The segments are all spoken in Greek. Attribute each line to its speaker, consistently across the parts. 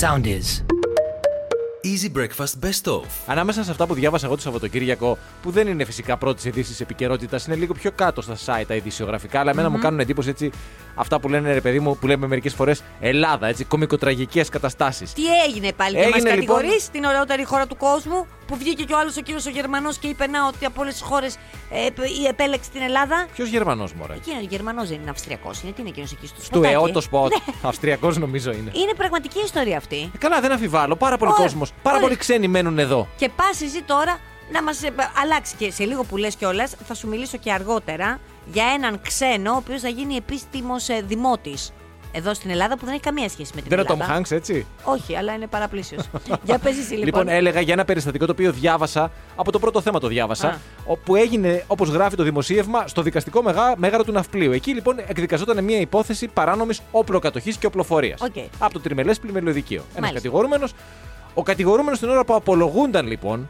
Speaker 1: Sound is.
Speaker 2: Easy Breakfast Best Of.
Speaker 3: Ανάμεσα σε αυτά που διάβασα εγώ το Σαββατοκύριακο, που δεν είναι φυσικά πρώτης ειδήσει επικαιρότητας, είναι λίγο πιο κάτω στα site τα ειδησιογραφικά, αλλά εμένα μου κάνουν εντύπωση έτσι αυτά που λένε ρε παιδί μου, που λέμε μερικές φορές Ελλάδα, έτσι, κομικοτραγικές καταστάσεις.
Speaker 4: Τι έγινε πάλι και
Speaker 3: Έγινε,
Speaker 4: μα
Speaker 3: λοιπόν-
Speaker 4: κατηγορείς την ωραιότερη χώρα του κόσμου που βγήκε και ο άλλος ο κύριος ο Γερμανός και είπε να ότι από όλες τις χώρες ε, επ- η επέλεξε την Ελλάδα.
Speaker 3: Ποιος Γερμανός μωρέ.
Speaker 4: Εκείνο ο Γερμανός δεν είναι Αυστριακός, είναι τι είναι εκείνος εκεί στο
Speaker 3: Του ε,
Speaker 4: σποτάκι.
Speaker 3: ΕΟ το σποτ.
Speaker 4: Ναι.
Speaker 3: Αυστριακός νομίζω είναι.
Speaker 4: Είναι πραγματική ιστορία αυτή.
Speaker 3: Ε, Καλά, δεν αμφιβάλλω. Πάρα πολλοί
Speaker 4: Ε, Ωραία.
Speaker 3: κόσμος. Πάρα
Speaker 4: Ωραία.
Speaker 3: πολλοί ξένοι μένουν εδώ.
Speaker 4: Και πα εσύ τώρα να μας αλλάξει και σε λίγο που λες κιόλας, θα σου μιλήσω και αργότερα για έναν ξένο ο οποίος θα γίνει επίσημο δημότης εδώ στην Ελλάδα που δεν έχει καμία σχέση με την
Speaker 3: Δεν είναι ο Tom
Speaker 4: Ελλάδα.
Speaker 3: Hanks, έτσι.
Speaker 4: Όχι, αλλά είναι παραπλήσιος. για πες εσύ λοιπόν.
Speaker 3: Λοιπόν, έλεγα για ένα περιστατικό το οποίο διάβασα, από το πρώτο θέμα το
Speaker 4: Α.
Speaker 3: διάβασα, όπου έγινε, όπως γράφει το δημοσίευμα, στο δικαστικό μεγά, μέγαρο του Ναυπλίου. Εκεί λοιπόν εκδικαζόταν μια υπόθεση παράνομης όπλοκατοχής και οπλοφορίας.
Speaker 4: Οκ.
Speaker 3: Από το τριμελές πλημελιωδικείο. Ένας
Speaker 4: Μάλιστα.
Speaker 3: κατηγορούμενος. Ο κατηγορούμενος την ώρα που απολογουνταν λοιπον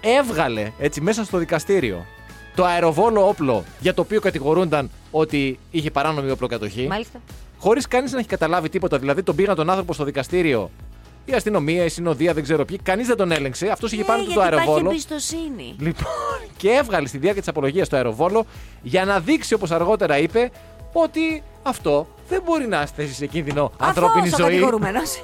Speaker 3: έβγαλε έτσι μέσα στο δικαστήριο το αεροβόλο όπλο για το οποίο κατηγορούνταν ότι είχε παράνομη οπλοκατοχή
Speaker 4: Μάλιστα.
Speaker 3: χωρίς κανείς να έχει καταλάβει τίποτα. Δηλαδή, τον πήγαν τον άνθρωπο στο δικαστήριο. Η αστυνομία, η συνοδεία, δεν ξέρω ποιοι. Κανείς δεν τον έλεγξε. Αυτός είχε
Speaker 4: Ναι,
Speaker 3: πάνω του
Speaker 4: γιατί
Speaker 3: το αεροβόλο.
Speaker 4: Υπάρχει εμπιστοσύνη.
Speaker 3: Λοιπόν, και έβγαλε στη διάρκεια της απολογίας το αεροβόλο για να δείξει, όπως αργότερα είπε, ότι αυτό δεν μπορεί να θέσει σε κίνδυνο ανθρώπινη
Speaker 4: Αθώος ο
Speaker 3: ζωή.
Speaker 4: κατηγορούμενος.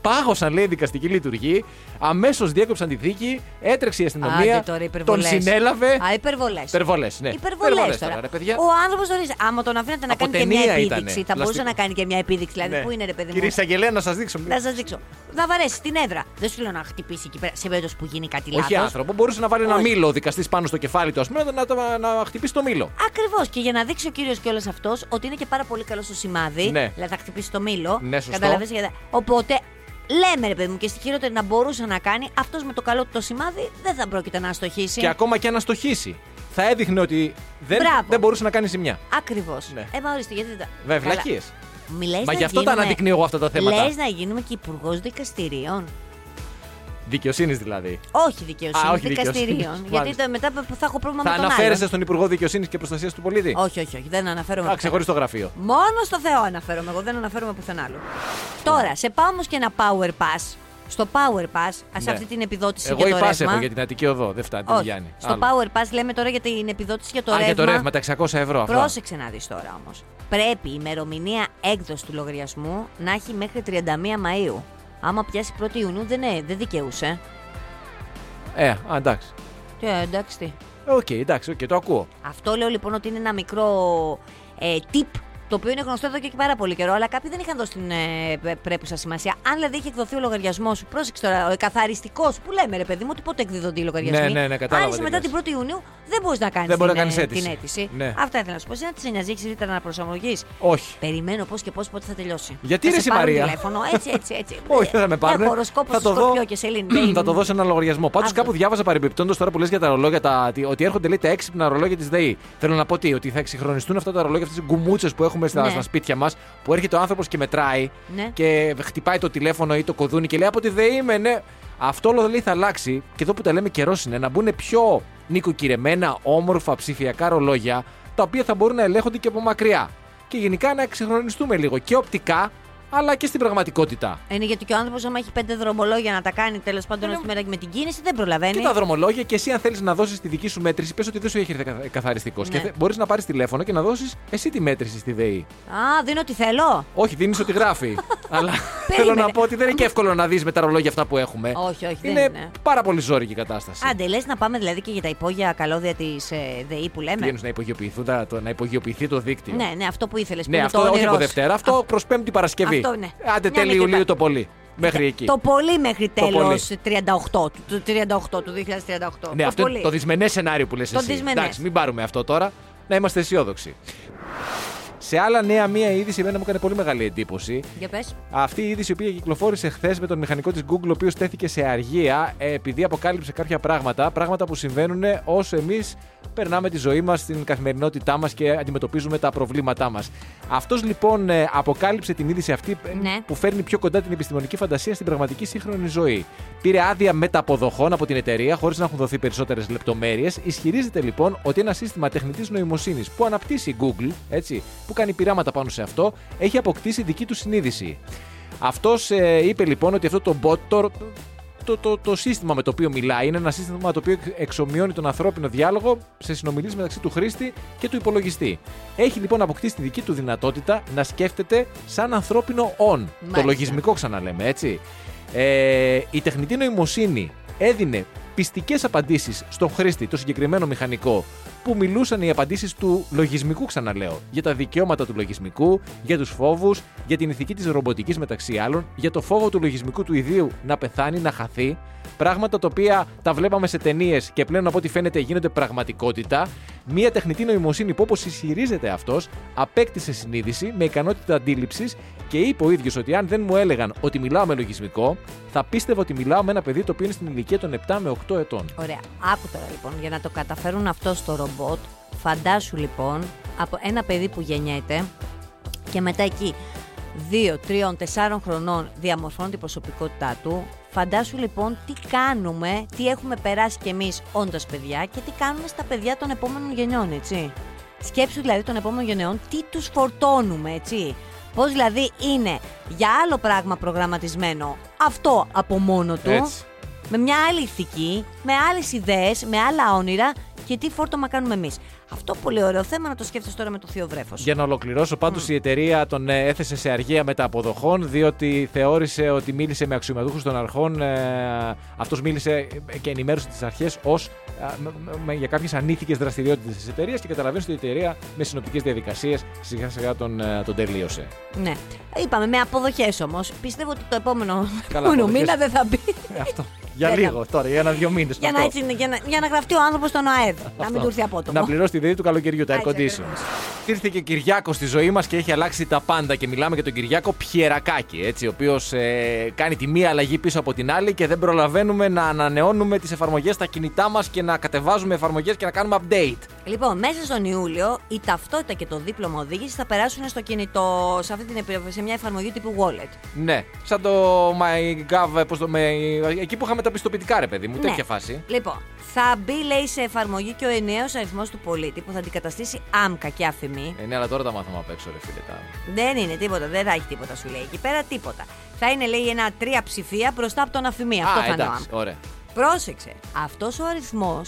Speaker 3: Πάγωσαν, λέει, η δικαστική λειτουργή. Αμέσως διέκοψαν τη δίκη. Έτρεξε η αστυνομία.
Speaker 4: Άντε τώρα,
Speaker 3: τον
Speaker 4: υπερβολές.
Speaker 3: συνέλαβε.
Speaker 4: Α, υπερβολές.
Speaker 3: Υπερβολές, ναι.
Speaker 4: Υπερβολές
Speaker 3: Υπερβολές
Speaker 4: τώρα.
Speaker 3: τώρα, ρε παιδιά.
Speaker 4: Ο άνθρωπος ορίζει. Άμα τον αφήνατε να
Speaker 3: Από
Speaker 4: κάνει και μια
Speaker 3: ταινία
Speaker 4: επίδειξη,
Speaker 3: ήτανε.
Speaker 4: θα μπορούσε
Speaker 3: Πλαστικό.
Speaker 4: να κάνει και μια επίδειξη. Δηλαδή,
Speaker 3: Ναι.
Speaker 4: πού είναι, ρε παιδί μου.
Speaker 3: Κύριε Εισαγγελέα, να σας δείξω.
Speaker 4: Να σας δείξω. Να βαρέσει την έδρα. Δεν σου λέω να χτυπήσει εκεί πέρα σε περίπτωση που γίνει κάτι λάθο.
Speaker 3: Όχι άνθρωπο, μπορούσε να βάλει ένα
Speaker 4: Όχι.
Speaker 3: μήλο ο δικαστής πάνω στο κεφάλι του, ας πούμε, να, να, να χτυπήσει το μήλο.
Speaker 4: Ακριβώς. Και για να δείξει ο κύριος κιόλας αυτός ότι είναι και πάρα πολύ καλός στο σημάδι.
Speaker 3: Ναι.
Speaker 4: Δηλαδή θα χτυπήσει το μήλο.
Speaker 3: Ναι, σωστό.
Speaker 4: Καταλαβαίνεις, γιατί- Οπότε λέμε ρε παιδί μου και στη χειρότερη να μπορούσε να κάνει αυτός με το καλό του το σημάδι δεν θα πρόκειται να αστοχήσει.
Speaker 3: Και ακόμα και αν στοχίσει. Θα έδειχνε ότι δεν,
Speaker 4: Μπράβο.
Speaker 3: δεν μπορούσε να κάνει ζημιά.
Speaker 4: Ακριβώς.
Speaker 3: Ναι.
Speaker 4: Ε, μα ορίστε, γιατί δεν τα.
Speaker 3: Βέβαια,
Speaker 4: Καλά.
Speaker 3: βλακίες.
Speaker 4: Μη λες
Speaker 3: Μα
Speaker 4: να
Speaker 3: γι' αυτό τα
Speaker 4: γίνουμε-
Speaker 3: αναδεικνύω εγώ αυτά τα θέματα.
Speaker 4: Λες να γίνουμε και υπουργός δικαστηρίων.
Speaker 3: Δικαιοσύνης δηλαδή.
Speaker 4: Όχι δικαιοσύνης,
Speaker 3: Α, όχι
Speaker 4: δικαστηρίων.
Speaker 3: δικαιοσύνης,
Speaker 4: γιατί
Speaker 3: μάλιστα.
Speaker 4: το- μετά θα έχω πρόβλημα
Speaker 3: θα
Speaker 4: με τον
Speaker 3: αναφέρεσαι
Speaker 4: άλλον.
Speaker 3: στον Υπουργό Δικαιοσύνης και Προστασίας του Πολίτη.
Speaker 4: Όχι, όχι, όχι. Δεν αναφέρομαι.
Speaker 3: Α,
Speaker 4: πουθενά.
Speaker 3: ξεχωρί το γραφείο.
Speaker 4: Μόνο στο Θεό αναφέρομαι. Εγώ δεν αναφέρομαι πουθενά άλλο. Τώρα, σε πάω όμως και ένα power pass. Στο power pass, ας
Speaker 3: Ναι.
Speaker 4: αυτή την επιδότηση
Speaker 3: Εγώ
Speaker 4: για το
Speaker 3: η πάση
Speaker 4: ρεύμα.
Speaker 3: έχω για την Αττική Οδό. Δεν φτάνει, δεν
Speaker 4: Όχι.
Speaker 3: Γιάννη.
Speaker 4: Στο
Speaker 3: Άλλο.
Speaker 4: power pass λέμε τώρα για την επιδότηση για το
Speaker 3: Α,
Speaker 4: ρεύμα.
Speaker 3: για το ρεύμα, τα 600 ευρώ αυτά.
Speaker 4: Πρόσεξε να δεις τώρα όμως. Πρέπει η ημερομηνία έκδοση του λογαριασμού να έχει μέχρι 31 Μαου. Άμα πιάσει 1η Ιουνίου δεν, ε, δεν δικαιούσε.
Speaker 3: Ε, α, εντάξει.
Speaker 4: Τι, ε, εντάξει. τι.
Speaker 3: Οκ, εντάξει, οκ, το ακούω.
Speaker 4: Αυτό λέω λοιπόν ότι είναι ένα μικρό ε, tip το οποίο είναι γνωστό εδώ και πάρα πολύ καιρό, αλλά κάποιοι δεν είχαν δώσει την ε, πε- πρέπουσα σημασία. Αν δηλαδή είχε εκδοθεί ο λογαριασμός σου, πρόσεξε τώρα, ο καθαριστικός που λέμε ρε παιδί μου, ότι πότε εκδίδονται οι λογαριασμοί.
Speaker 3: Ναι, ναι, ναι, κατάλαβα
Speaker 4: Αν είσαι
Speaker 3: τι
Speaker 4: μετά
Speaker 3: λες.
Speaker 4: την 1η Ιουνίου, δεν μπορείς να κάνεις
Speaker 3: Δεν
Speaker 4: την,
Speaker 3: μπορεί να
Speaker 4: ε,
Speaker 3: κάνεις αίτηση.
Speaker 4: την αίτηση.
Speaker 3: Ναι.
Speaker 4: Αυτά ήθελα να σου πω. Δεν τη νοιάζει, έχεις ρήτρα να προσαρμογή.
Speaker 3: Όχι.
Speaker 4: Περιμένω πώς και πώς πότε θα τελειώσει.
Speaker 3: Γιατί,
Speaker 4: θα
Speaker 3: ρε,
Speaker 4: σε
Speaker 3: η
Speaker 4: πάρουν
Speaker 3: Μαρία?
Speaker 4: τηλέφωνο, έτσι, έτσι, έτσι.
Speaker 3: Όχι, δεν θα με πάρουν.
Speaker 4: Έχω οροσκόπος
Speaker 3: θα το δω.
Speaker 4: Σκορπιό και Σελήνη.
Speaker 3: θα το δω σε ένα λογαριασμό. Πάντως
Speaker 4: Αυτό.
Speaker 3: κάπου διάβαζα παρεμπιπτόντως τώρα που λες για τα ρολόγια, τα, ότι- ότι έρχονται λέει, τα έξυπνα ρολόγια της ΔΕΗ. Θέλω να πω τι, ότι θα εξυγχρονιστούν αυτά τα ρολόγια, αυτές τις γκουμούτσες που έχουμε στα,
Speaker 4: Ναι.
Speaker 3: στα σπίτια μας, που έρχεται ο άνθρωπος και μετράει
Speaker 4: Ναι.
Speaker 3: και χτυπάει το τηλέφωνο ή το κοδούνι και λέει από τη ΔΕΗ είμαι, ναι. Αυτό όλο λέει θα αλλάξει και εδώ που τα λέμε καιρός είναι να μπουν πιο νοικοκυρεμένα, όμορφα ψηφιακά ρολόγια τα οποία θα μπορούν να ελέγχονται και από μακριά. Και γενικά να εξυγχρονιστούμε λίγο και οπτικά αλλά και στην πραγματικότητα.
Speaker 4: Είναι Ε, ναι, γιατί και ο άνθρωπος, άμα έχει πέντε δρομολόγια να τα κάνει τέλος πάντων όλη τη μέρα και με την κίνηση, δεν προλαβαίνει.
Speaker 3: Και τα δρομολόγια και εσύ, αν θέλεις να δώσεις τη δική σου μέτρηση, πες ότι δεν σου έχει έρθει καθαριστικό.
Speaker 4: Ναι.
Speaker 3: Και μπορείς να πάρεις τηλέφωνο και να δώσεις εσύ τη μέτρηση στη ΔΕΗ.
Speaker 4: Α, δίνω τι θέλω.
Speaker 3: Όχι, δίνεις ότι γράφει. Αλλά θέλω
Speaker 4: Περίμενε.
Speaker 3: να πω ότι δεν είναι και εύκολο να δεις με τα ρολόγια αυτά που έχουμε.
Speaker 4: Όχι, όχι, δεν
Speaker 3: Είναι,
Speaker 4: είναι.
Speaker 3: πάρα πολύ ζώρικη η κατάσταση.
Speaker 4: Άντε, λες να πάμε δηλαδή και για τα υπόγεια καλώδια της ε, ΔΕΗ που λέμε.
Speaker 3: Βγαίνουν να, υπογειοποιηθούν τα- το, να υπογειοποιηθεί το δίκτυο.
Speaker 4: Ναι, ναι, αυτό που ήθελες.
Speaker 3: Ναι, αυτό όχι από Δευτέρα, αυτό προς Πέμπτη Παρασκευή.
Speaker 4: Αυτό, ναι.
Speaker 3: Άντε
Speaker 4: Μια
Speaker 3: τέλη
Speaker 4: μικρή
Speaker 3: Ιουλίου
Speaker 4: πα-
Speaker 3: το πολύ. Μέχρι εκεί.
Speaker 4: Το πολύ μέχρι
Speaker 3: Το πολύ.
Speaker 4: τέλος 38 του, του 38 του 2038.
Speaker 3: Ναι, αυτό είναι
Speaker 4: πολύ.
Speaker 3: το δυσμενές σενάριο που λες
Speaker 4: Το
Speaker 3: εσύ.
Speaker 4: δυσμενές.
Speaker 3: Εντάξει, μην πάρουμε αυτό τώρα. Να είμαστε αισιόδοξοι. Σε άλλα νέα, μία είδηση εμένα μου έκανε πολύ μεγάλη εντύπωση.
Speaker 4: Για πες.
Speaker 3: Αυτή η είδηση η οποία κυκλοφόρησε χθες με τον μηχανικό της Google, ο οποίος στέθηκε σε αργία ε, επειδή αποκάλυψε κάποια πράγματα. Πράγματα που συμβαίνουν όσο εμείς περνάμε τη ζωή μας, την καθημερινότητά μας και αντιμετωπίζουμε τα προβλήματά μας. Αυτός λοιπόν ε, αποκάλυψε την είδηση αυτή ε,
Speaker 4: Ναι.
Speaker 3: που φέρνει πιο κοντά την επιστημονική φαντασία στην πραγματική σύγχρονη ζωή. Πήρε άδεια μεταποδοχών από την εταιρεία χωρίς να έχουν δοθεί περισσότερες λεπτομέρειες. Ισχυρίζεται λοιπόν ότι ένα σύστημα τεχνητής νοημοσύνης που αναπτύσσει η Google, έτσι, που κάνει πειράματα πάνω σε αυτό, έχει αποκτήσει δική του συνείδηση. Αυτός ε, είπε λοιπόν ότι αυτό το bot το, το, το, το σύστημα με το οποίο μιλάει είναι ένα σύστημα το οποίο εξομοιώνει τον ανθρώπινο διάλογο σε συνομιλίες μεταξύ του χρήστη και του υπολογιστή. Έχει λοιπόν αποκτήσει τη δική του δυνατότητα να σκέφτεται σαν ανθρώπινο on. Το
Speaker 4: Μάλιστα.
Speaker 3: λογισμικό ξαναλέμε, έτσι. Ε, η τεχνητή νοημοσύνη έδινε πιστικές απαντήσεις στον χρήστη, το συγκεκριμένο μηχανικό, που μιλούσαν οι απαντήσεις του λογισμικού, ξαναλέω, για τα δικαιώματα του λογισμικού, για τους φόβους, για την ηθική της ρομποτικής μεταξύ άλλων, για το φόβο του λογισμικού του ιδίου να πεθάνει, να χαθεί. Πράγματα τα οποία τα βλέπαμε σε ταινίες και πλέον από ό,τι φαίνεται γίνονται πραγματικότητα. Μία τεχνητή νοημοσύνη που, όπως ισχυρίζεται αυτός, απέκτησε συνείδηση με ικανότητα αντίληψης και είπε ο ίδιος ότι αν δεν μου έλεγαν ότι μιλάω με λογισμικό, θα πίστευα ότι μιλάω με ένα παιδί το οποίο είναι στην ηλικία των 7 με 8 ετών.
Speaker 4: Ωραία. Άκου τώρα λοιπόν, για να το καταφέρουν αυτό στο ρομπότ, φαντάσου λοιπόν από ένα παιδί που γεννιέται και μετά εκεί 2, 3, 4 χρονών διαμορφώνει την προσωπικότητά του. Φαντάσου λοιπόν τι κάνουμε, τι έχουμε περάσει κι εμείς όντας παιδιά και τι κάνουμε στα παιδιά των επόμενων γενιών, έτσι. Σκέψου δηλαδή των επόμενων γενεών τι τους φορτώνουμε, έτσι. Πώς δηλαδή είναι για άλλο πράγμα προγραμματισμένο αυτό από μόνο του
Speaker 3: Έτσι.
Speaker 4: με μια άλλη ηθική, με άλλες ιδέες, με άλλα όνειρα και τι φόρτωμα κάνουμε εμείς. Αυτό πολύ ωραίο θέμα να το σκέφτεσαι τώρα με το θείο βρέφος.
Speaker 3: Για να ολοκληρώσω, πάντως η εταιρεία τον ε, έθεσε σε αργία μεταποδοχών, διότι θεώρησε ότι μίλησε με αξιωματούχους των αρχών. Ε, Αυτός μίλησε ε, και ενημέρωσε τις αρχές για κάποιες ανήθικες δραστηριότητες της εταιρείας και καταλαβαίνεις ότι η εταιρεία με συνοπτικές διαδικασίες σιγά σιγά τον, ε, τον τελείωσε.
Speaker 4: Ναι. Είπαμε με αποδοχές όμως. Πιστεύω ότι το επόμενο
Speaker 3: Καλά,
Speaker 4: επόμενο
Speaker 3: αποδοχές.
Speaker 4: μήνα δεν θα μπει.
Speaker 3: Ε, Αυτό. Για
Speaker 4: Δεν θα-
Speaker 3: λίγο τώρα, για ένα-δύο μήνες.
Speaker 4: για, να έτσι, για, να, για να γραφτεί ο άνθρωπος στον ΑΕΔ. να μην του έρθει απότομο.
Speaker 3: Να πληρώσει τη δίδυ του καλοκαιριού, τα air
Speaker 4: Έτσι
Speaker 3: condition.
Speaker 4: ακριβώς.
Speaker 3: Ήρθε και Κυριάκος στη ζωή μας και έχει αλλάξει τα πάντα. Και μιλάμε για τον Κυριάκο Πιερακάκη, έτσι, ο οποίος κάνει τη μία αλλαγή πίσω από την άλλη και δεν προλαβαίνουμε να ανανεώνουμε τις εφαρμογές στα κινητά μας και να κατεβάζουμε εφαρμογές και να κάνουμε update.
Speaker 4: Λοιπόν, μέσα στον Ιούλιο η ταυτότητα και το δίπλωμα οδήγησης θα περάσουν στο κινητό, σε, αυτή την, επι- σε μια εφαρμογή τύπου wallet.
Speaker 3: Ναι, σαν το MyGov, πώς το, με, εκεί που είχαμε τα πιστοποιητικά, ρε παιδί
Speaker 4: Ναι.
Speaker 3: μου, τέτοια φάση.
Speaker 4: Λοιπόν, θα μπει λέει σε εφαρμογή και ο ενιαίος αριθμός του πολίτη που θα αντικαταστήσει άμκα και αφημί.
Speaker 3: Ε, ναι, αλλά τώρα τα μάθαμε απ' έξω, ρε φίλε. Τα...
Speaker 4: Δεν είναι τίποτα, δεν θα έχει τίποτα σου λέει εκεί πέρα, τίποτα. Θα είναι λέει ένα τρία ψηφία μπροστά από τον αφημί. Ε, Αυτό
Speaker 3: Α,
Speaker 4: θα είναι ο
Speaker 3: εντάξει,
Speaker 4: άμ.
Speaker 3: ωραία.
Speaker 4: Πρόσεξε, αυτός ο αριθμός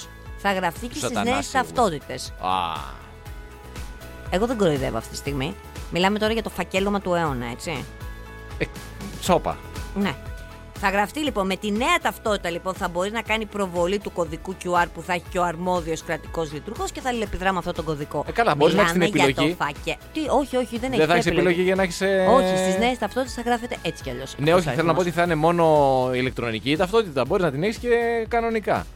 Speaker 4: θα γραφτεί και στι νέε
Speaker 3: Σατανά σίγουρα.
Speaker 4: ταυτότητες.
Speaker 3: Α,
Speaker 4: Εγώ δεν κοροϊδεύω αυτή τη στιγμή. Μιλάμε τώρα για το φακέλωμα του αιώνα, έτσι.
Speaker 3: ε, σόπα.
Speaker 4: Ναι. Θα γραφτεί λοιπόν με τη νέα ταυτότητα λοιπόν θα μπορεί να κάνει προβολή του κωδικού QR που θα έχει και ο αρμόδιος κρατικός λειτουργός και θα αλληλεπιδρά με αυτόν τον κωδικό.
Speaker 3: Ε, καλά, μπορείς να έχεις την
Speaker 4: Μιλάμε για
Speaker 3: επιλογή.
Speaker 4: Το φακέ... Τι, όχι, όχι, δεν,
Speaker 3: δεν θα έχεις
Speaker 4: έχει
Speaker 3: επιλογή για να ε, έχει.
Speaker 4: Όχι, στις νέες ταυτότητες θα γράφεται έτσι κι αλλιώς.
Speaker 3: Ναι, όχι, θέλω να πω ότι θα είναι μόνο ηλεκτρονική η ταυτότητα. Μπορείς να την έχεις και κανονικά.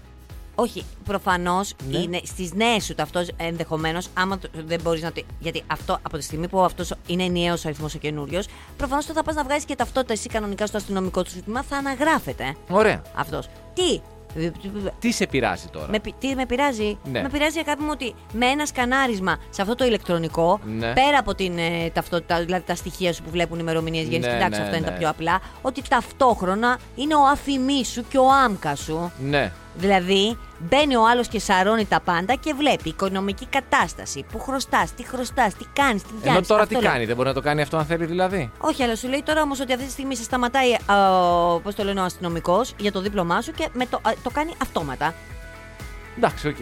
Speaker 4: Όχι, προφανώς
Speaker 3: Ναι.
Speaker 4: είναι στις νέες σου ταυτός ενδεχομένως, άμα το- δεν μπορείς να. το- Γιατί αυτό από τη στιγμή που αυτός είναι ενιαίος αριθμός ο καινούριος, προφανώς το θα πας να βγάζει και ταυτότητα εσύ κανονικά στο αστυνομικό του σύστημα, θα αναγράφεται
Speaker 3: Ωραία.
Speaker 4: αυτός. Τι.
Speaker 3: Τι σε πειράζει τώρα.
Speaker 4: Με, πει- τι με πειράζει,
Speaker 3: Ναι.
Speaker 4: με πειράζει αγάπη μου ότι με ένα σκανάρισμα σε αυτό το ηλεκτρονικό,
Speaker 3: Ναι.
Speaker 4: πέρα από την ε, ταυτότητα, δηλαδή τα στοιχεία σου που βλέπουν ημερομηνίες γέννησης,
Speaker 3: Ναι,
Speaker 4: κοιτάξτε
Speaker 3: ναι,
Speaker 4: αυτά είναι
Speaker 3: ναι.
Speaker 4: τα πιο απλά, ότι ταυτόχρονα είναι ο αφημί σου και ο άμκα σου.
Speaker 3: Ναι.
Speaker 4: Δηλαδή, μπαίνει ο άλλος και σαρώνει τα πάντα και βλέπει οικονομική κατάσταση. Που χρωστάς, τι χρωστάς, τι κάνεις, τι
Speaker 3: Ενώ
Speaker 4: πιάνει.
Speaker 3: τώρα τι κάνει, δεν μπορεί να το κάνει αυτό αν θέλει δηλαδή.
Speaker 4: Όχι, αλλά σου λέει τώρα όμως ότι αυτή τη στιγμή σε σταματάει πώς το λένε, ο αστυνομικός για το δίπλωμά σου και με το, α, το κάνει αυτόματα.
Speaker 3: Εντάξει, οκ.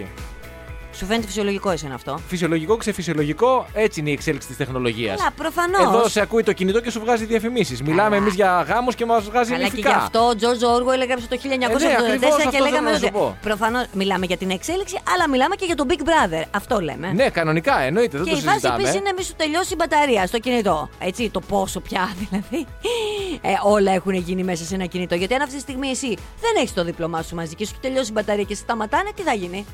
Speaker 4: Σου φαίνεται φυσιολογικό εσένα αυτό.
Speaker 3: Φυσιολογικό, ξεφυσιολογικό, έτσι είναι η εξέλιξη της τεχνολογίας.
Speaker 4: Καλά, προφανώς.
Speaker 3: Εδώ σε ακούει το κινητό και σου βγάζει διαφημίσεις. Μιλάμε εμείς για γάμους και μας βγάζει
Speaker 4: Καλά, και γι'
Speaker 3: νηφικά.
Speaker 4: αυτό ο Τζόρτζο Όργο έγραψε το 1984
Speaker 3: Ε, ναι, ακριβώς αυτό
Speaker 4: και
Speaker 3: θέλω
Speaker 4: λέγαμε
Speaker 3: να σου
Speaker 4: ότι.
Speaker 3: πω.
Speaker 4: Προφανώς μιλάμε για την εξέλιξη, αλλά μιλάμε και για τον Big Brother. Αυτό λέμε.
Speaker 3: Ναι, κανονικά εννοείται, δεν
Speaker 4: και
Speaker 3: το
Speaker 4: η φάση
Speaker 3: συζητάμε.
Speaker 4: επίσης είναι μη σου τελειώσει η μπαταρία στο κινητό. Έτσι, το πόσο πια δηλαδή. Ε, όλα έχουν γίνει μέσα σε ένα κινητό. Γιατί αν αυτή τη στιγμή εσύ δεν έχεις το δίπλωμά σου μαζί και σου τελειώσει η μπαταρία και σε σταματάνε, τι θα γίνει.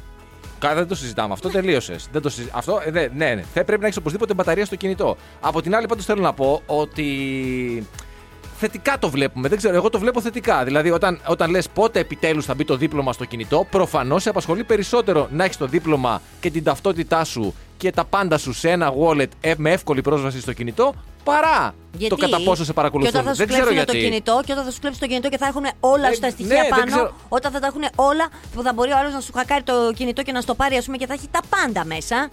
Speaker 3: Καλά, δεν το συζητάμε. Αυτό τελείωσε. Δεν το συζη... Αυτό, ε, δε, ναι, ναι. Θα πρέπει να έχεις οπωσδήποτε μπαταρία στο κινητό. Από την άλλη, πάντως θέλω να πω ότι. Θετικά το βλέπουμε. Δεν ξέρω, εγώ το βλέπω θετικά. Δηλαδή, όταν, όταν λες πότε επιτέλους θα μπει το δίπλωμα στο κινητό, προφανώς σε απασχολεί περισσότερο να έχεις το δίπλωμα και την ταυτότητά σου και τα πάντα σου σε ένα wallet ε, με εύκολη πρόσβαση στο κινητό, παρά
Speaker 4: Γιατί
Speaker 3: το κατά πόσο σε παρακολουθούν.
Speaker 4: Και όταν θα σου
Speaker 3: δεν ξέρω
Speaker 4: κλέψουν το
Speaker 3: γιατί.
Speaker 4: κινητό, και όταν θα σου κλέψει το κινητό και θα έχουν όλα
Speaker 3: Ε,
Speaker 4: σου τα
Speaker 3: ναι,
Speaker 4: στοιχεία
Speaker 3: δεν
Speaker 4: πάνω.
Speaker 3: ξέρω.
Speaker 4: Όταν θα τα έχουν όλα, που θα μπορεί ο άλλος να σου χακάρει το κινητό και να στο πάρει, ας πούμε, και θα έχει τα πάντα μέσα.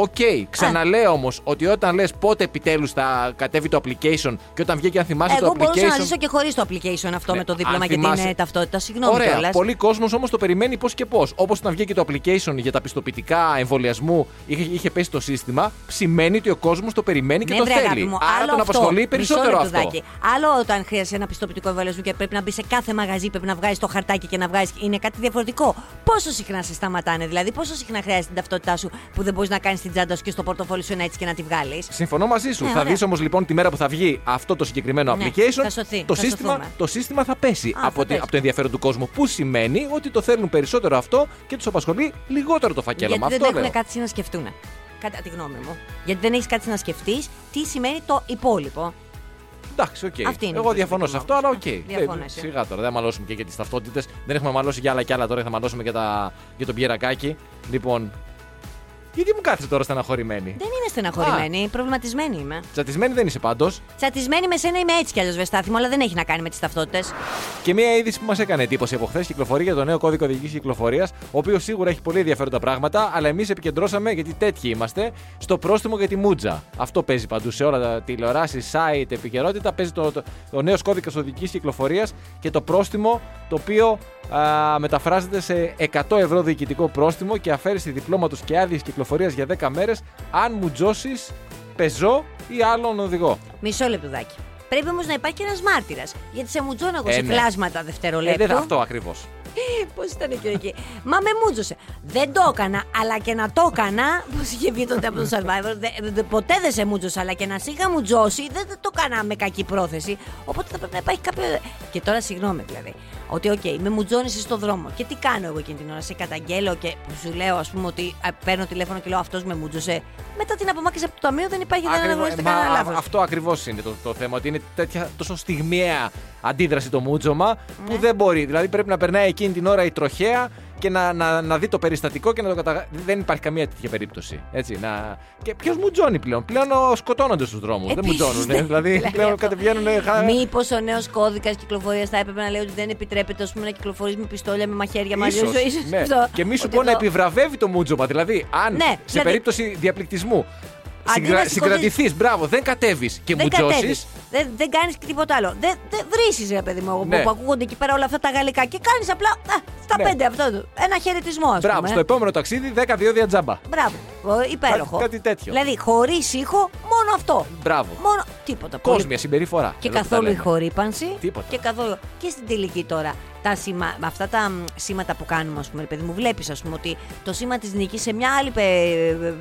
Speaker 3: Οκ. Ξαναλέω όμως ότι όταν λες πότε επιτέλους θα κατέβει το application και όταν βγήκε, αν θυμάσαι
Speaker 4: Εγώ
Speaker 3: το
Speaker 4: μπορούσα να
Speaker 3: application.
Speaker 4: ζήσω και χωρίς το application αυτό
Speaker 3: Ναι,
Speaker 4: με το
Speaker 3: αν
Speaker 4: δίπλωμα και την
Speaker 3: θυμάσαι-
Speaker 4: ε, ταυτότητα. Συγγνώμη
Speaker 3: Ωραία.
Speaker 4: κιόλας.
Speaker 3: Πολλοί κόσμος όμως το περιμένει πώς και πώς. Όπως όταν βγήκε το application για τα πιστοποιητικά εμβολιασμού, είχε, είχε πέσει το σύστημα, σημαίνει ότι ο κόσμος το περιμένει και
Speaker 4: Ναι,
Speaker 3: το
Speaker 4: βρε, αγάπη
Speaker 3: θέλει.
Speaker 4: μου,
Speaker 3: Άρα
Speaker 4: άλλο
Speaker 3: τον
Speaker 4: αυτό.
Speaker 3: απασχολεί
Speaker 4: Μισό
Speaker 3: περισσότερο αυτό.
Speaker 4: λεπτουδάκι. Άλλο όταν χρειάζεσαι ένα πιστοποιητικό εμβολιασμού και πρέπει να μπει σε κάθε μαγαζί, πρέπει να βγάζεις το χαρτάκι και να βγάζεις. Είναι κάτι διαφορετικό. Πόσο συχνά σε σταματάνε, δηλαδή, πόσο συχνά χρειάζεται την ταυτότητά σου που δεν μπορείς να κάνεις την τσάντα σου και στο πορτοφόλι σου ένα έτσι και να τη βγάλεις.
Speaker 3: Συμφωνώ μαζί σου.
Speaker 4: Ναι,
Speaker 3: θα
Speaker 4: ωραία.
Speaker 3: δεις όμως λοιπόν τη μέρα που θα βγει αυτό το συγκεκριμένο
Speaker 4: Ναι,
Speaker 3: application.
Speaker 4: θα σωθεί,
Speaker 3: το,
Speaker 4: θα
Speaker 3: σύστημα,
Speaker 4: σωθούμε.
Speaker 3: το σύστημα θα πέσει
Speaker 4: θα
Speaker 3: από, τη-
Speaker 4: πέσει.
Speaker 3: από το ενδιαφέρον του κόσμου. Που σημαίνει ότι το θέλουν περισσότερο αυτό και τους απασχολεί λιγότερο το φακέλωμα.
Speaker 4: Γιατί δεν
Speaker 3: αυτό
Speaker 4: έχουν
Speaker 3: λέω.
Speaker 4: κάτι να σκεφτούν. Κατά τη γνώμη μου. Γιατί δεν έχεις κάτι να σκεφτείς τι σημαίνει το υπόλοιπο.
Speaker 3: Εντάξει, οκ.
Speaker 4: Αυτή είναι η
Speaker 3: Εγώ
Speaker 4: προσωπική
Speaker 3: διαφωνώ
Speaker 4: μου
Speaker 3: σε αυτό, αλλά οκ. Ε,
Speaker 4: άποψη. Διαφωνώ εσύ.
Speaker 3: Σιγά τώρα, δεν μαλώσουμε και για τις ταυτότητες. Δεν έχουμε μαλώσει για άλλα και άλλα τώρα, θα μαλώσουμε για, τα... για τον Πιερακάκη. Λοιπόν. Γιατί μου κάθεσαι τώρα στεναχωρημένη.
Speaker 4: Δεν είναι στεναχωρημένη, προβληματισμένη είμαι.
Speaker 3: Τσατισμένη δεν είσαι πάντως.
Speaker 4: Τσατισμένη με σένα είμαι έτσι κι αλλιώς, Βεστάθη μου, αλλά δεν έχει να κάνει με τις ταυτότητες.
Speaker 3: Και μια είδηση που μας έκανε εντύπωση από χθες κυκλοφορεί για το νέο κώδικο οδηγικής κυκλοφορίας, ο οποίος σίγουρα έχει πολύ ενδιαφέροντα πράγματα, αλλά εμείς επικεντρώσαμε, γιατί τέτοιοι είμαστε, στο πρόστιμο για τη μούτζα. Αυτό παίζει παντού σε όλα τα τηλεοράσεις, site, επικαιρότητα. Παίζει το, το, ο νέο κώδικα οδηγικής κυκλοφορίας και το πρόστιμο το οποίο α, μεταφράζεται σε 100 ευρώ διοικητικό πρόστιμο και αφαίρεση διπλώματος και άδειε κυκλοφορίας για 10 μέρες αν μουτζώσει πεζό ή άλλον οδηγό.
Speaker 4: Μισό λεπτουδάκι. Πρέπει όμως να υπάρχει ένας μάρτυρας. Γιατί σε μουτζώνω εγώ
Speaker 3: Ε,
Speaker 4: σε
Speaker 3: ναι.
Speaker 4: φλάσματα
Speaker 3: Ε,
Speaker 4: δευτερολέπτου.
Speaker 3: δεν αυτό ακριβώς.
Speaker 4: Πώς ήταν και εκεί. Μα με μούτζωσε. Δεν το έκανα, αλλά και να το έκανα. Πώς είχε βγει τότε από το Survivor. δε- δε- ποτέ δεν σε μούτζωσα, αλλά και να σε είχα μουτζώσει, δεν δεν το έκανα με κακή πρόθεση. Οπότε θα πρέπει να υπάρχει κάποιο. Και τώρα συγγνώμη δηλαδή. Ότι, οκ, με μουτζώνεσαι στον δρόμο. Και τι κάνω εγώ εκείνη την ώρα. Σε καταγγέλλω και που σου λέω, ας πούμε, ότι α, παίρνω τηλέφωνο και λέω αυτός με μούτζωσε. Μετά την απομάκρυνση από το ταμείο δεν υπάρχει δεν
Speaker 3: Ακριβώς, Ε,
Speaker 4: αναγνωρίζεται
Speaker 3: μα
Speaker 4: κανένα
Speaker 3: α-
Speaker 4: λάθο.
Speaker 3: Αυτό ακριβώς είναι το, το θέμα. Ότι είναι τέτοια τόσο στιγμιαία αντίδραση το μούτζωμα που
Speaker 4: Ναι.
Speaker 3: δεν μπορεί. Δηλαδή πρέπει να περνάει εκείνη την ώρα η τροχέα και να, να, να δει το περιστατικό και να το κατα... Δεν υπάρχει καμία τέτοια περίπτωση. Έτσι, να... Και ποιος μουτζώνει πλέον. Πλέον ο, σκοτώνονται στους δρόμους. Δεν
Speaker 4: Επίσης,
Speaker 3: μουτζώνουν.
Speaker 4: ναι.
Speaker 3: δηλαδή
Speaker 4: Δηλαδή
Speaker 3: πλέον
Speaker 4: αυτό.
Speaker 3: κατεβγαίνουν. χα-
Speaker 4: Μήπως ο νέος κώδικας κυκλοφορίας θα έπρεπε να λέει ότι δεν επιτρέπεται ας πούμε, να κυκλοφορείς με πιστόλια, με μαχαίρια, με
Speaker 3: Ίσως,
Speaker 4: αλλιώς, ίσως
Speaker 3: ναι.
Speaker 4: αυτό.
Speaker 3: Και μη σου
Speaker 4: Ότι
Speaker 3: πω να
Speaker 4: εδώ-
Speaker 3: επιβραβεύει το μούτζωμα. Δηλαδή, αν
Speaker 4: Ναι,
Speaker 3: σε
Speaker 4: δηλαδή-
Speaker 3: περίπτωση διαπληκτισμού
Speaker 4: να σηκωθείς-
Speaker 3: συγκρατηθείς, μπράβο, δεν κατέβεις και
Speaker 4: Δεν
Speaker 3: μουτζώσεις.
Speaker 4: κατέβεις. Δεν, δεν κάνεις και τίποτα άλλο. Δεν, δεν βρήσει, ρε παιδί μου, εγώ,
Speaker 3: Ναι.
Speaker 4: που ακούγονται εκεί πέρα όλα αυτά τα γαλλικά. Και κάνεις απλά α, στα
Speaker 3: Ναι.
Speaker 4: πέντε αυτό. το- Ένα χαιρετισμό, ας
Speaker 3: Μπράβο,
Speaker 4: πούμε.
Speaker 3: στο επόμενο ταξίδι 10 διόδια τζάμπα.
Speaker 4: Μπράβο. Ο, Υπέροχο.
Speaker 3: Κάτι- κάτι τέτοιο.
Speaker 4: Δηλαδή, χωρίς ήχο, μόνο αυτό.
Speaker 3: Μπράβο.
Speaker 4: Μόνο τίποτα. πολύ-
Speaker 3: Κόσμια συμπεριφορά.
Speaker 4: Και
Speaker 3: εδώ που τα
Speaker 4: καθόλου
Speaker 3: λέμε.
Speaker 4: ηχορύπανση.
Speaker 3: Τίποτα.
Speaker 4: Και καθόλου. Και στην τελική τώρα. Τα σημα... Αυτά τα μ, σήματα που κάνουμε, ας πούμε, ρε παιδί μου, βλέπεις, ας πούμε, ότι το σήμα της νίκης σε, μια άλλη, πε-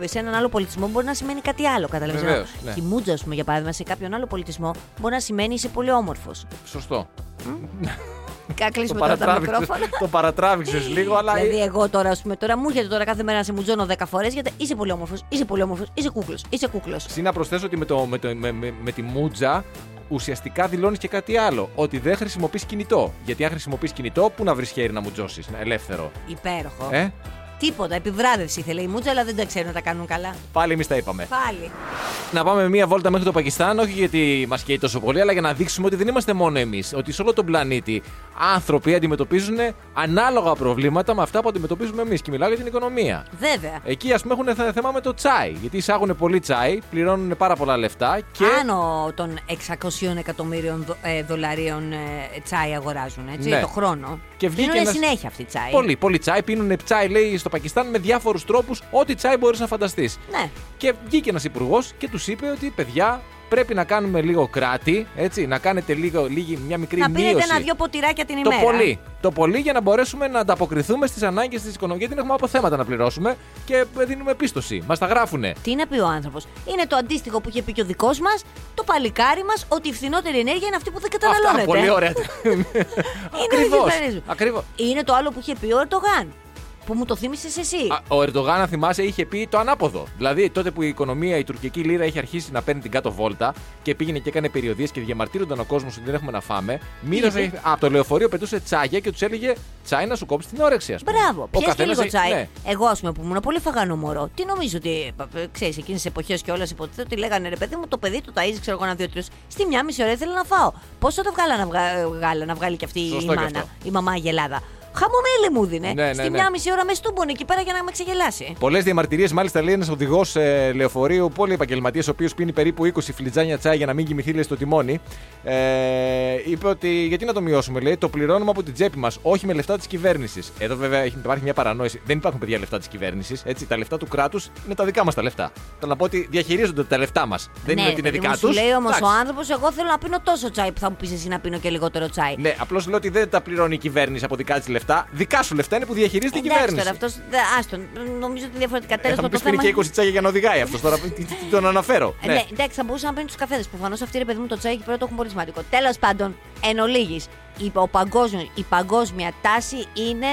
Speaker 4: ε, σε έναν άλλο πολιτισμό μπορεί να σημαίνει κάτι άλλο. Καταλαβαίνεις.
Speaker 3: Βεβαίως, ναι.
Speaker 4: Και η μούτζα, ας πούμε, για παράδειγμα, σε κάποιον άλλο πολιτισμό μπορεί να σημαίνει είσαι πολύ όμορφος.
Speaker 3: Σωστό. Το
Speaker 4: Κλείσουμε τώρα τα
Speaker 3: παρατράβηξες,
Speaker 4: μικρόφωνα.
Speaker 3: το παρατράβηξες λίγο, αλλά.
Speaker 4: Δηλαδή, εγώ τώρα, ας πούμε, τώρα μου έρχεται τώρα κάθε μέρα να σε μουτζώνω 10 φορές γιατί είσαι πολύ όμορφος, είσαι πολύ όμορφος, είσαι κούκλος, είσαι κούκλος.
Speaker 3: Συν να προσθέσω ότι με, το, με, το, με, με, με τη μούτζα ουσιαστικά δηλώνεις και κάτι άλλο. Ότι δεν χρησιμοποιείς κινητό. Γιατί αν χρησιμοποιείς κινητό, πού να βρεις χέρι να μουτζώσει, ελεύθερο.
Speaker 4: Υπέροχο.
Speaker 3: Ε?
Speaker 4: Τίποτα, επιβράβευση ήθελε η μούτζα, αλλά δεν τα ξέρουν να τα κάνουν καλά.
Speaker 3: Πάλι εμείς τα είπαμε.
Speaker 4: Πάλι.
Speaker 3: Να πάμε μία βόλτα μέχρι το Πακιστάν, όχι γιατί μας καίει τόσο πολύ, αλλά για να δείξουμε ότι δεν είμαστε μόνο εμείς. Ότι σε όλο τον πλανήτη άνθρωποι αντιμετωπίζουν ανάλογα προβλήματα με αυτά που αντιμετωπίζουμε εμείς. Και μιλάω για την οικονομία.
Speaker 4: Βέβαια.
Speaker 3: Εκεί ας πούμε έχουν θε- θέμα με το τσάι. Γιατί εισάγουν πολύ τσάι, πληρώνουν πάρα πολλά λεφτά και.
Speaker 4: Άνω των 600 εκατομμύριων δο- ε, δολαρίων ε, τσάι αγοράζουν έτσι,
Speaker 3: Ναι.
Speaker 4: το χρόνο.
Speaker 3: Και βγήκε
Speaker 4: Πίνουνε
Speaker 3: ένας-
Speaker 4: συνέχεια αυτή η τσάι.
Speaker 3: Πολύ, πολύ τσάι. Πίνουν τσάι, λέει, στο Πακιστάν με διάφορους τρόπους, ό,τι τσάι μπορείς να φανταστείς.
Speaker 4: Ναι.
Speaker 3: Και βγήκε ένας υπουργός και τους είπε ότι παιδιά πρέπει να κάνουμε λίγο κράτη, έτσι, να κάνετε λίγο, λίγη, μια μικρή
Speaker 4: Να πίνετε
Speaker 3: μείωση.
Speaker 4: ένα-δυο ποτηράκια την
Speaker 3: το
Speaker 4: ημέρα.
Speaker 3: πολύ. Το πολύ για να μπορέσουμε να ανταποκριθούμε στις ανάγκες της οικονομίας. Γιατί δεν έχουμε αποθέματα να πληρώσουμε και δίνουμε πίστοση. Μας τα γράφουνε.
Speaker 4: Τι να πει ο άνθρωπος. Είναι το αντίστοιχο που είχε πει και ο δικός μας, το παλικάρι μας, ότι η φθηνότερη ενέργεια είναι αυτή που δεν καταναλώνεται.
Speaker 3: Αυτά, πολύ ωραία. Ακριβώς,
Speaker 4: διαφορετικό.
Speaker 3: Ακριβώς.
Speaker 4: Είναι το άλλο που είχε πει ο Ερτογάν. Που μου το θύμισες εσύ.
Speaker 3: Α, Ο Ερντογάν, αν θυμάσαι, είχε πει το ανάποδο. Δηλαδή, τότε που η οικονομία, η τουρκική λίρα είχε αρχίσει να παίρνει την κάτω βόλτα και πήγαινε και έκανε περιοδίες και διαμαρτύρονταν ο κόσμος ότι δεν έχουμε να φάμε, μοίραζε
Speaker 4: Γιατί?
Speaker 3: από το λεωφορείο, πετούσε τσάγια και τους έλεγε τσάι να σου κόψεις την όρεξη, ας πούμε.
Speaker 4: Μπράβο,
Speaker 3: Ο
Speaker 4: πιες και
Speaker 3: καθένας
Speaker 4: λίγο
Speaker 3: έχει-
Speaker 4: τσάι.
Speaker 3: ναι.
Speaker 4: Εγώ, ας πούμε, που ήμουν πολύ φαγανό μωρό, τι νομίζω ότι. ε, ε, ξέρεις, εκείνες τις εποχές και όλα υποτίθεται ότι λέγανε ρε παιδί μου, το παιδί του ταζει, ξέρω εγώ, ένα, δύο, τρεις. Στη μια μισή ώρα ήθελα να φάω. Πόσο το βγάλα να, βγα- ε, γάλα να βγάλει και αυτή
Speaker 3: Σωστό
Speaker 4: η
Speaker 3: και
Speaker 4: μάνα,
Speaker 3: αυτό.
Speaker 4: η μαμά η Ελλάδα. Χαμομέλη μου δίνε.
Speaker 3: Ναι, ναι,
Speaker 4: Στη
Speaker 3: ναι.
Speaker 4: μια μισή ώρα μες στούμπονε εκεί πέρα για να με ξεγελάσει.
Speaker 3: Πολλές διαμαρτυρίες, μάλιστα, λέει ένας οδηγός ε, λεωφορείου, πολύ επαγγελματία, ο οποίος πίνει περίπου 20 φλιτζάνια τσάι για να μην κοιμηθεί, λέει, στο τιμόνι. Ε, είπε ότι γιατί να το μειώσουμε, λέει, το πληρώνουμε από την τσέπη μας, όχι με λεφτά της κυβέρνησης. Εδώ βέβαια έχει, υπάρχει μια παρανόηση. Δεν υπάρχουν παιδιά λεφτά της κυβέρνησης. Τα λεφτά του κράτους είναι τα δικά μας τα λεφτά. Θέλω να πω ότι διαχειρίζονται τα λεφτά μας. Δεν
Speaker 4: ναι,
Speaker 3: είναι ότι είναι
Speaker 4: παιδί μου,
Speaker 3: δικά
Speaker 4: σου
Speaker 3: τους.
Speaker 4: λέει όμως ο άνθρωπος, εγώ θέλω να πίνω τόσο τσάι που θα μου πεις εσύ να πίνω και λιγότερο τσάι.
Speaker 3: Ναι, απλώς λέω ότι δεν τα πληρώνει η κυβέρνηση από δικά της λεφτά. Δικά σου λεφτά είναι που διαχειρίζεται η
Speaker 4: Εντάξει
Speaker 3: κυβέρνηση.
Speaker 4: τώρα, αυτός, δε- άστον, νομίζω ότι διαφορετικά
Speaker 3: Ε,
Speaker 4: τέλος
Speaker 3: θα μου
Speaker 4: το
Speaker 3: πεις πίνει
Speaker 4: θέμα...
Speaker 3: και 20 τσάγια για να οδηγάει αυτός τώρα. τι- τι- τι Τον αναφέρω.
Speaker 4: Ε, Ναι, εντάξει, θα μπορούσαν να παίρνουν τους καφέδες. Προφανώς αυτοί ρε παιδί μου το τσάι εκεί πέρα το έχουν πολύ σημαντικό. Τέλος πάντων, εν ολίγης, η, ο παγκόσμιο- η παγκόσμια τάση είναι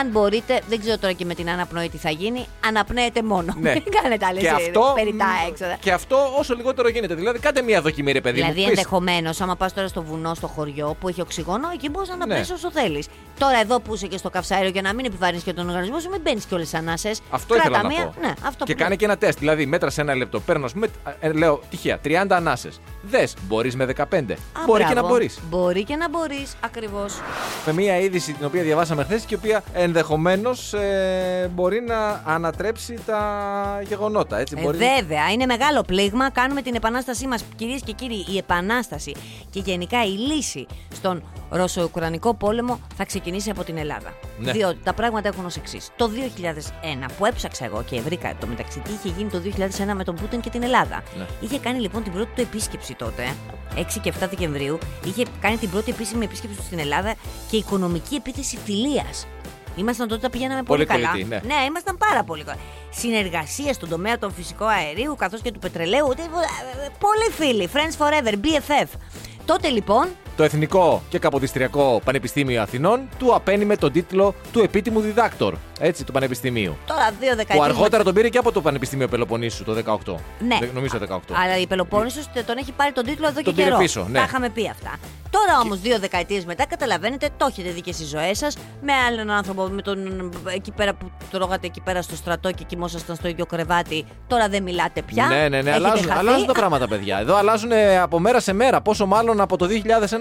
Speaker 4: αν μπορείτε, δεν ξέρω τώρα και με την αναπνοή τι θα γίνει, αναπνέετε μόνο.
Speaker 3: Ναι.
Speaker 4: Μην κάνετε άλλες
Speaker 3: και αυτό,
Speaker 4: περιτά
Speaker 3: μ,
Speaker 4: έξοδα.
Speaker 3: Και αυτό όσο λιγότερο γίνεται. Δηλαδή, κάντε μία δοκιμή, ρε παιδί
Speaker 4: Δηλαδή,
Speaker 3: μου. Πες,
Speaker 4: ενδεχομένως, άμα πας τώρα στο βουνό, στο χωριό που έχει οξυγόνο, εκεί μπορείς να αναπνέει
Speaker 3: Ναι.
Speaker 4: όσο θέλεις. Τώρα, εδώ που είσαι και στο καυσαέριο για να μην επιβαρύνεις και τον οργανισμό σου, μην μπαίνεις και όλες τις ανάσες.
Speaker 3: Αυτό ήθελα να πω.
Speaker 4: Ναι, αυτό
Speaker 3: και
Speaker 4: που
Speaker 3: κάνε
Speaker 4: λέω.
Speaker 3: και ένα τεστ. Δηλαδή, μέτρας σε ένα λεπτό. Παίρνω, ας πούμε, ε, ε, λέω τυχαία 30 ανάσες. Δες, μπορείς με 15.
Speaker 4: Α,
Speaker 3: μπορεί και να
Speaker 4: μπράβο.
Speaker 3: μπορείς.
Speaker 4: Μπορεί και να μπορείς, ακριβώς.
Speaker 3: Με μία είδηση την οποία διαβάσαμε χθες και η οποία ενδεχομένως μπορεί να ανατρέψει τα γεγονότα.
Speaker 4: Ε,
Speaker 3: Έτσι, μπορεί...
Speaker 4: βέβαια, είναι μεγάλο πλήγμα. Κάνουμε την επανάστασή μας, κυρίες και κύριοι. Η επανάσταση και γενικά η λύση στον Ρωσο-Ουκρανικό πόλεμο θα ξεκινήσει από την Ελλάδα.
Speaker 3: Ναι.
Speaker 4: Διότι τα πράγματα έχουν ως εξής. Το 2001 που έψαξα εγώ και βρήκα το μεταξύ τι είχε γίνει το 2001 με τον Πούτιν και την Ελλάδα.
Speaker 3: Ναι.
Speaker 4: Είχε κάνει λοιπόν την πρώτη του επίσκεψη τότε, 6 και 7 Δεκεμβρίου. Είχε κάνει την πρώτη επίσημη επίσκεψη του στην Ελλάδα και οικονομική επίθεση φιλίας. Ήμασταν τότε, τα πηγαίναμε πολύ,
Speaker 3: Πολύ
Speaker 4: καλά.
Speaker 3: κολλητοί, ναι.
Speaker 4: Ναι, ήμασταν πάρα πολύ καλά. Συνεργασία στον τομέα των φυσικών αερίου καθώς και του πετρελαίου. Ούτε- ε, Πολύ φίλοι. Friends forever, BFF. Τότε λοιπόν.
Speaker 3: Το Εθνικό και Καποδιστριακό Πανεπιστήμιο Αθηνών του απένιμε τον τίτλο του επίτιμου διδάκτορ. Έτσι, του Πανεπιστημίου.
Speaker 4: Τώρα δύο δεκαετίε.
Speaker 3: Που αργότερα τον πήρε και από το Πανεπιστήμιο Πελοποννήσου το 18.
Speaker 4: Ναι.
Speaker 3: Δε- Νομίζω το 18.
Speaker 4: Αλλά η Πελοπόννησος τον έχει πάρει τον τίτλο εδώ
Speaker 3: Τον
Speaker 4: και
Speaker 3: πήρε
Speaker 4: καιρό.
Speaker 3: πίσω, ναι.
Speaker 4: Τα είχαμε πει αυτά. Τώρα όμως, δύο δεκαετίες μετά, καταλαβαίνετε, το έχετε δει και στις ζωές σας. Με άλλον άνθρωπο, με τον εκεί πέρα που τρώγατε εκεί πέρα στο στρατό και κοιμόσασταν στο ίδιο κρεβάτι. Τώρα δεν μιλάτε πια.
Speaker 3: Ναι, ναι, ναι.
Speaker 4: Έχετε
Speaker 3: Αλλάζουν,
Speaker 4: χαθεί.
Speaker 3: αλλάζουν τα πράγματα, παιδιά. Εδώ αλλάζουν ε, από μέρα σε μέρα. Πόσο μάλλον από το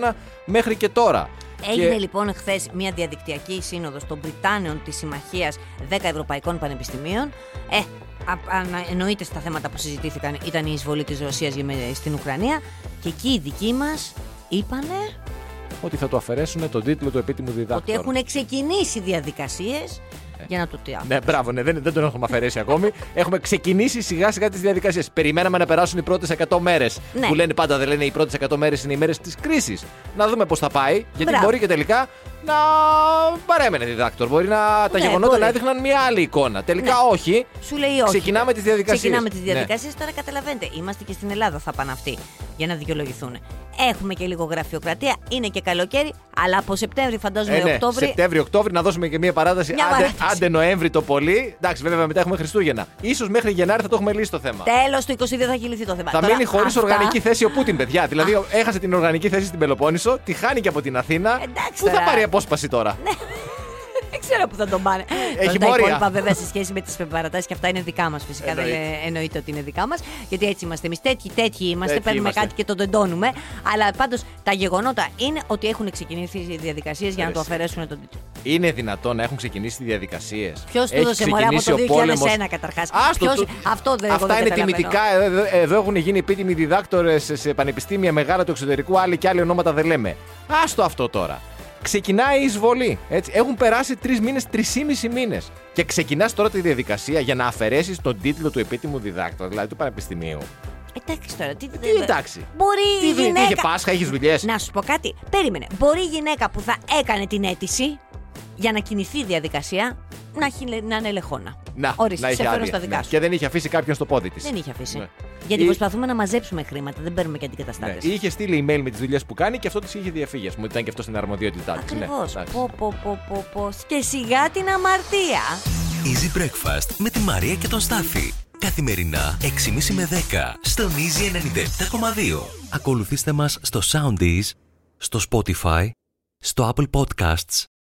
Speaker 3: 2001 μέχρι και τώρα.
Speaker 4: Έγινε
Speaker 3: και...
Speaker 4: λοιπόν χθες μια διαδικτυακή σύνοδος των Βρυτάνεων της Συμμαχίας 10 Ευρωπαϊκών Πανεπιστημίων. Ε, α- ανα- εννοείται στα θέματα που συζητήθηκαν ήταν η εισβολή της Ρωσίας στην Ουκρανία. Και εκεί οι δικοί μας είπανε
Speaker 3: Ότι θα του αφαιρέσουν τον τίτλο του επίτιμου διδάκτορ.
Speaker 4: ότι έχουν ξεκινήσει διαδικασίες για να το τι
Speaker 3: Ναι, μπράβο, ναι, δεν, δεν τον έχουμε αφαιρέσει ακόμη. έχουμε ξεκινήσει σιγά σιγά τις διαδικασίες. Περιμέναμε να περάσουν οι πρώτες 100 μέρες.
Speaker 4: Ναι.
Speaker 3: Που λένε πάντα, δεν λένε οι πρώτες 100 μέρες είναι οι μέρες της κρίσης. Να δούμε πώς θα πάει. Γιατί
Speaker 4: Μπράβο.
Speaker 3: μπορεί και τελικά να παρέμενε διδάκτορ. Μπορεί να, τα
Speaker 4: Ναι,
Speaker 3: γεγονότα
Speaker 4: μπορεί. Ναι.
Speaker 3: να έδειχναν μια άλλη εικόνα. Τελικά όχι.
Speaker 4: Σου λέει όχι.
Speaker 3: Ξεκινάμε Ναι. τις διαδικασίες.
Speaker 4: Ξεκινάμε τις διαδικασίες. Τώρα καταλαβαίνετε, είμαστε και στην Ελλάδα, θα πάνε αυτοί για να δικαιολογηθούν. Έχουμε και λίγο γραφειοκρατία, είναι και καλοκαίρι, αλλά από Σεπτέμβρη, φαντάζομαι,
Speaker 3: Ε, ναι,
Speaker 4: Οκτώβρη.
Speaker 3: Σεπτέμβριο, Οκτώβριο να δώσουμε και μία παράταση.
Speaker 4: Μια
Speaker 3: άντε,
Speaker 4: παράταση.
Speaker 3: άντε Νοέμβρη το πολύ. Εντάξει, βέβαια μετά έχουμε Χριστούγεννα. σω μέχρι Γενάρη θα το έχουμε λύσει το θέμα.
Speaker 4: Τέλος του 22 θα έχει λυθεί το θέμα.
Speaker 3: Θα
Speaker 4: Τώρα,
Speaker 3: μείνει χωρίς
Speaker 4: αυτά-
Speaker 3: οργανική θέση ο Πούτιν, παιδιά. Δηλαδή, έχασε την οργανική θέση στην Πελοπόννησο, τη χάνει και από την Αθήνα.
Speaker 4: Εντάξει,
Speaker 3: Πού θα
Speaker 4: τώρα.
Speaker 3: πάρει απόσπαση τώρα.
Speaker 4: Δεν ξέρω που θα τον πάνε.
Speaker 3: Έχει
Speaker 4: Τώρα τα
Speaker 3: μόρια.
Speaker 4: υπόλοιπα βέβαια σε σχέση με τις παρατάσεις και αυτά είναι δικά μας φυσικά. Δεν
Speaker 3: Εννοείται.
Speaker 4: ε, εννοείται ότι είναι δικά μας. Γιατί έτσι είμαστε εμείς. Τέτοιοι, τέτοιοι είμαστε.
Speaker 3: Τέτοιοι
Speaker 4: παίρνουμε
Speaker 3: είμαστε.
Speaker 4: κάτι και το τεντώνουμε. Αλλά πάντως τα γεγονότα είναι ότι έχουν ξεκινήσει οι διαδικασίες για να
Speaker 3: Ρε
Speaker 4: το
Speaker 3: εσύ.
Speaker 4: αφαιρέσουν τον τίτλο.
Speaker 3: Είναι δυνατόν να έχουν ξεκινήσει τι διαδικασίες.
Speaker 4: Ποιος του έδωσε μωρά από το 2001 καταρχά. Αυτό δεν εγώ
Speaker 3: Αυτά
Speaker 4: δεν
Speaker 3: είναι
Speaker 4: καταλαβαίνω.
Speaker 3: τιμητικά. Ε, Εδώ, εδώ έχουν γίνει επίτιμοι διδάκτορες σε, σε πανεπιστήμια μεγάλα του εξωτερικού. Άλλοι και άλλοι ονόματα δεν λέμε. Άστο αυτό τώρα. Ξεκινάει η εισβολή. Έτσι. Έχουν περάσει τρεις μήνες, τρεις μήνες. Και ξεκινάς τώρα τη διαδικασία για να αφαιρέσεις τον τίτλο του επίτιμου διδάκτορα, δηλαδή του Πανεπιστημίου.
Speaker 4: Ε, Εντάξει τώρα, τι,
Speaker 3: Τι εντάξει.
Speaker 4: Μπορεί
Speaker 3: Τι
Speaker 4: η
Speaker 3: δουλειά, είχε
Speaker 4: γυναίκα.
Speaker 3: Πάσχα, έχεις δουλειές.
Speaker 4: Να σου πω κάτι. Περίμενε. Μπορεί η γυναίκα που θα έκανε την αίτηση για να κινηθεί η διαδικασία να, έχει, να είναι ελεγχόνα. Ορίστε, σε φέρνω στα δικά σου.
Speaker 3: ναι. Και δεν είχε αφήσει κάποιον στο πόδι της.
Speaker 4: Δεν είχε αφήσει.
Speaker 3: Ναι.
Speaker 4: Γιατί
Speaker 3: Η-
Speaker 4: προσπαθούμε να μαζέψουμε χρήματα, δεν παίρνουμε και αντικαταστάτες.
Speaker 3: Ναι. Είχε στείλει email με τις δουλειές που κάνει και αυτό της είχε διαφύγει. Μου ήταν και αυτό στην αρμοδιότητά Ναι, τη.
Speaker 4: Ακριβώ. πω, πω, πω, πω, πω. Και σιγά την αμαρτία.
Speaker 2: Easy Breakfast με τη Μαρία και τον Στάφη. Καθημερινά 6.30 με 10 στον Easy 97.2. Ακολουθήστε μας στο Soundees, στο Spotify, στο Apple Podcasts